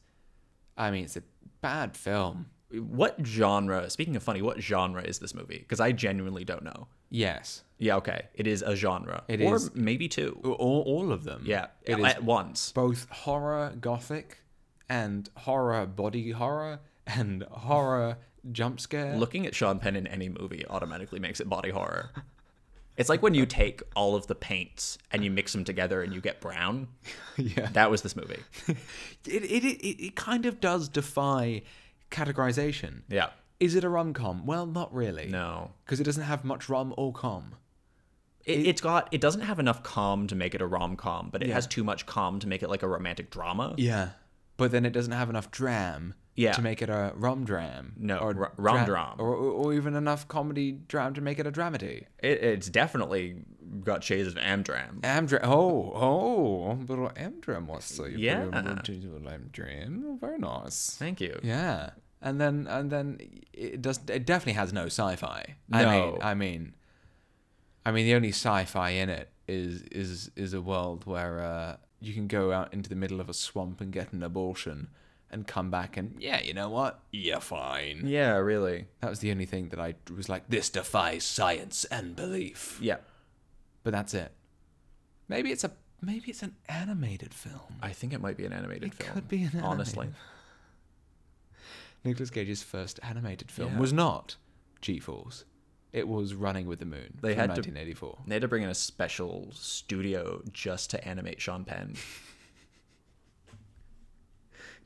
A: I mean, it's a bad film.
C: What genre? Speaking of funny, what genre is this movie? Because I genuinely don't know.
A: Yes,
C: Yeah, okay. It is a genre.
A: It
C: or
A: is-
C: maybe two.
A: all, all of them.
C: Yeah,
A: it is
C: at once.
A: both horror gothic and horror body horror [laughs] and horror jump scare.
C: Looking at Sean Penn in any movie automatically makes it body horror. It's like when you take all of the paints and you mix them together and you get brown.
A: [laughs] yeah,
C: That was this movie.
A: it it, it it kind of does defy categorization.
C: Yeah.
A: Is it a rom com? Well, not really.
C: No.
A: because it doesn't have much rom or com.
C: It, it's got it doesn't have enough calm to make it a rom com, but it has too much calm to make it like a romantic drama.
A: Yeah. But then it doesn't have enough dram
C: Yeah.
A: to make it a rom dram.
C: No,
A: or
C: ro- rom
A: dra-
C: dram.
A: Or, or, or even enough comedy dram to make it a dramedy.
C: It, it's definitely got shades of Amdram.
A: Amdram. Oh, oh, a little Amdram, what's so you
C: Yeah.
A: put a little to do Amdram. Oh, Very nice.
C: Thank you.
A: Yeah. And then and then it does it definitely has no sci-fi. I
C: No.
A: mean, I mean I mean the only sci-fi in it is is is a world where uh, you can go out into the middle of a swamp and get an abortion and come back and yeah, you know what? You're fine.
C: Yeah, really.
A: That was the only thing that I was like this defies science and belief.
C: Yeah.
A: But that's it. Maybe it's a maybe it's an animated film.
C: I think it might be an animated
A: It
C: film.
A: could be an
C: honestly.
A: animated. Nicolas Cage's first animated film
C: Yeah.
A: was not G-Force. It was Running with the Moon
C: They
A: from
C: had to-
A: 1984.
C: They had to bring in a special studio just to animate Sean
A: [laughs]
C: Penn.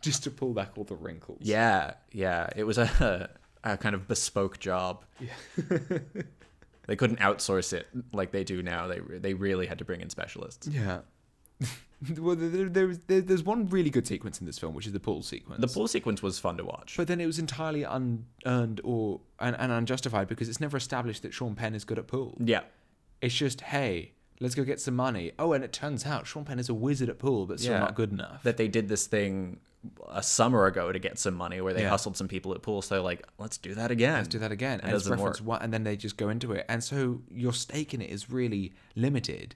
A: Just to pull back all the wrinkles.
C: Yeah, yeah. It was a, a kind of bespoke job. Yeah. [laughs] they couldn't outsource it like they do now. They re- they really had to bring in specialists.
A: Yeah. [laughs] well, there, there, was- there, there's one really good sequence in this film, which is the pool sequence.
C: The pool sequence was fun to watch.
A: But then it was entirely unearned or Mm. and, and unjustified because it's never established that Sean Penn is good at pool.
C: yeah.
A: It's just, hey, Let's go get some money. Oh, and it turns out Sean Penn is a wizard at pool, but still
C: Yeah.
A: not good enough.
C: that they did this thing a summer ago to get some money where they
A: Yeah.
C: hustled some people at pool. So they're like, let's do that again.
A: Let's do that again.
C: It
A: and it's
C: doesn't work.
A: reference one, and then they just go into it. And so your stake in it is really limited.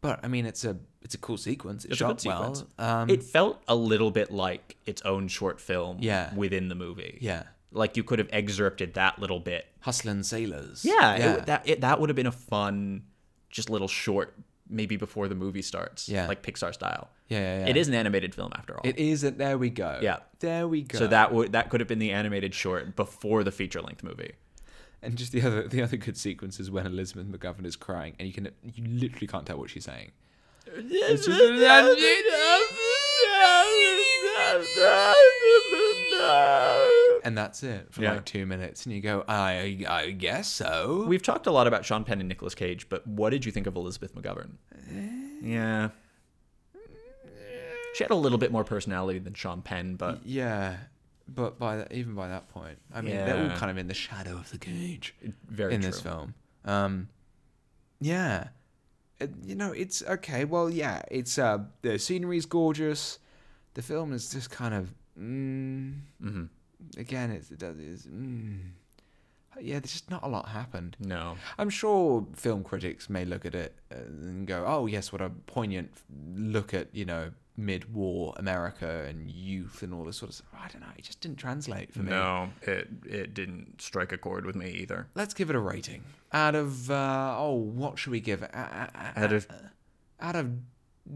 A: But I mean, it's a it's a cool sequence. It's
C: It's a good
A: shot well.
C: sequence.
A: Um,
C: it felt a little bit like its own short film
A: Yeah.
C: within the movie.
A: yeah,
C: Like you could have excerpted that little bit.
A: hustling sailors.
C: Yeah.
A: yeah.
C: It, that it, that would have been a fun, just little short, maybe before the movie starts.
A: Yeah.
C: Like Pixar style.
A: Yeah, yeah, yeah.
C: It is an animated film after all.
A: it is. It, there we go.
C: Yeah.
A: there we go.
C: so that would that could have been the animated short before the feature length movie.
A: and just the other the other good sequence is when Elizabeth McGovern is crying, and you can you literally can't tell what she's saying. It's just- and that's it for
C: Yeah.
A: like two minutes, and you go, I I guess so.
C: We've talked a lot about Sean Penn and Nicolas Cage, but what did you think of Elizabeth McGovern? Yeah. She had a little bit more personality than Sean Penn, but
A: Yeah, but by that, even by that point, I mean they're all
C: Yeah.
A: kind of in the shadow of the cage
C: very
A: in
C: true.
A: this film. Um, yeah, It- you know it's okay. Well, yeah, it's uh, the scenery's gorgeous. The film is just kind of mm, again, it's, it does is mm, yeah. There's just not a lot happened.
C: No.
A: I'm sure film critics may look at it uh, and go, "Oh yes, what a poignant f- look at you know mid-war America and youth and all this sort of stuff." I don't know. It just didn't translate for me.
C: No, it it didn't strike a chord with me either.
A: Let's give it a rating out of uh, oh, what should we give it? Out,
C: Out of
A: out of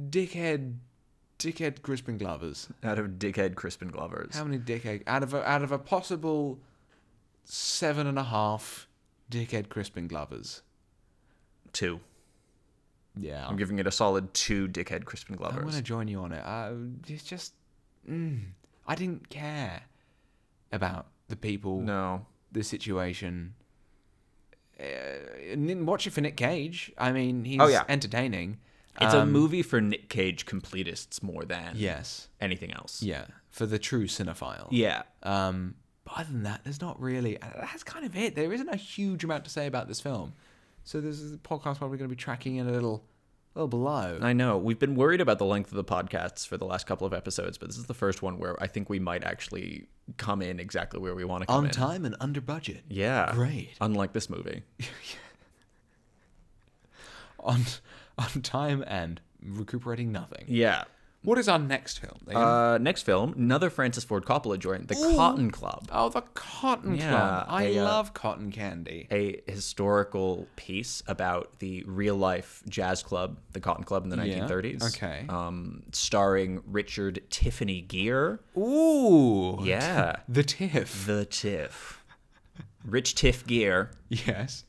A: dickhead, dickhead Crispin Glovers.
C: out of dickhead Crispin Glovers.
A: How many dickhead out of a, out of a possible seven and a half dickhead Crispin Glovers?
C: two.
A: Yeah,
C: I'm giving it a solid two dickhead Crispin
A: I'm
C: Glovers.
A: going to join you on it. I, it's just, mm, I didn't care about the people,
C: No.
A: the situation. Uh, and then watch it for Nick Cage. I mean, he's
C: Oh, yeah.
A: entertaining.
C: It's a
A: Um,
C: movie for Nick Cage completists more than
A: Yes.
C: anything else.
A: Yeah. For the true cinephile.
C: Yeah.
A: Um, but other than that, there's not really. and That's kind of it. There isn't a huge amount to say about this film. So this is the podcast probably going to be tracking it a little, a little below.
C: I know. We've been worried about the length of the podcasts for the last couple of episodes, but this is the first one where I think we might actually come in exactly where we want to come
A: On
C: in.
A: time and under budget.
C: Yeah.
A: Great.
C: Unlike this movie.
A: on [laughs] on time and recuperating nothing.
C: Yeah.
A: What is our next film? Liam?
C: Uh, next film, another Francis Ford Coppola joint, The Cotton Club,
A: oh, the Cotton
C: yeah,
A: Club. I
C: a, uh,
A: love cotton candy.
C: a historical piece about the real life jazz club, the Cotton Club in the 1930s.
A: okay.
C: Um, starring Richard Tiffany Gear.
A: Ooh, [laughs]
C: Yeah.
A: the Tiff.
C: the Tiff. Rich Tiff Gear.
A: yes,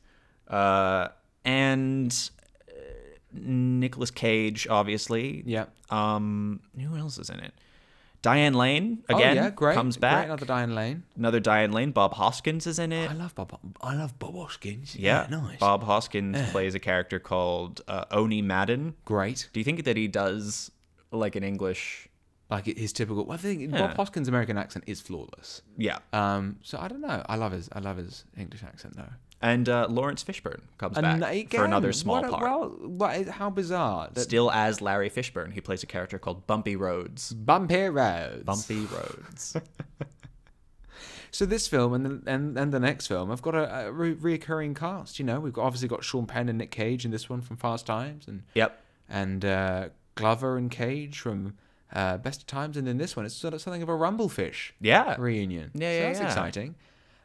C: Uh, and uh, Nicolas Cage, obviously.
A: yeah.
C: Um, who else is in it? Diane Lane again
A: oh, yeah, great.
C: comes
A: Great,
C: back.
A: another Diane Lane.
C: Another Diane Lane. Bob Hoskins is in it.
A: I love Bob. I love Bob Hoskins.
C: yeah,
A: nice.
C: Bob Hoskins plays a character called uh, Oni Madden.
A: Great.
C: Do you think that he does like an English?
A: Like his typical. Well, I think Bob Hoskins' American accent is flawless.
C: Yeah,
A: Um, so I don't know. I love his. I love his English accent though.
C: and uh, Lawrence Fishburne comes back for
A: again,
C: another small
A: what a-
C: part.
A: Well, what, how bizarre that
C: Still as Larry Fishburne, he plays a character called Bumpy Rhodes.
A: Bumpy Roads.
C: Bumpy Rhodes.
A: So this film and the, and and the next film, I've got a, a re- reoccurring cast. You know, we've got, obviously got Sean Penn and Nick Cage in this one from Fast Times, and
C: [laughs] yep.
A: and uh, Glover and Cage from uh, Best of Times, and then this one, it's sort of something of a Rumblefish
C: Yeah.
A: reunion.
C: Yeah,
A: so
C: yeah,
A: that's
C: yeah.
A: exciting.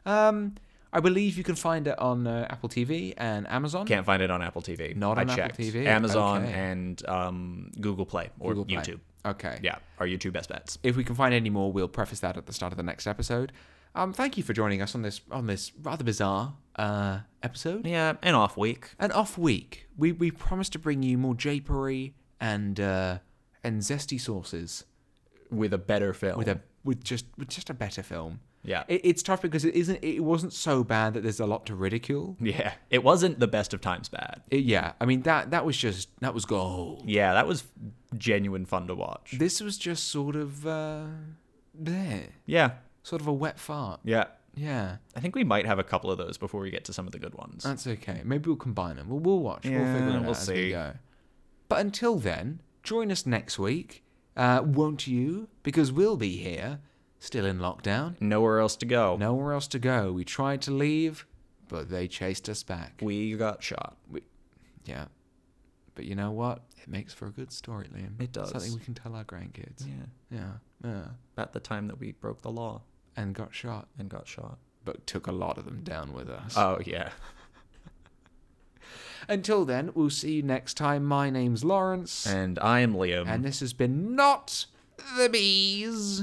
A: Um, I believe you can find it on uh, Apple TV and Amazon.
C: Can't find it on Apple TV.
A: Not
C: I
A: on Apple
C: checked.
A: TV,
C: Amazon
A: okay.
C: and um, Google Play or
A: Google Play.
C: YouTube.
A: Okay.
C: Yeah, our YouTube best bets.
A: if we can find any more, we'll preface that at the start of the next episode. Um, thank you for joining us on this on this rather bizarre uh, episode.
C: Yeah, an off week.
A: An off week. We we promise to bring you more japery and uh, and zesty sauces
C: with a better film.
A: with a with just with just a better film.
C: Yeah.
A: it, it's tough because it isn't. It wasn't so bad that there's a lot to ridicule.
C: yeah, it wasn't the best of times bad.
A: It- yeah, I mean that that was just that was gold.
C: Yeah, that was genuine fun to watch.
A: This was just sort of uh, there,
C: Yeah,
A: sort of a wet fart.
C: yeah.
A: Yeah,
C: I think we might have a couple of those before we get to some of the good ones.
A: that's okay. Maybe we'll combine them. We'll, we'll watch. we'll
C: Yeah,
A: figure it
C: we'll
A: out as we
C: see.
A: go. But until then, join us next week, uh, won't you? Because we'll be here, still in lockdown,
C: Nowhere else to go.
A: nowhere else to go. We tried to leave, but they chased us back.
C: We got shot.
A: Yeah. But you know what? It makes for a good story, Liam.
C: It does.
A: Something we can tell our grandkids.
C: Yeah.
A: Yeah. Yeah.
C: About the time that we broke the law
A: And got shot.
C: and got shot.
A: But took a lot of them down with us.
C: Oh yeah.
A: Until then, we'll see you next time. My name's Lawrence.
C: And I'm Liam.
A: and this has been Not the Bees.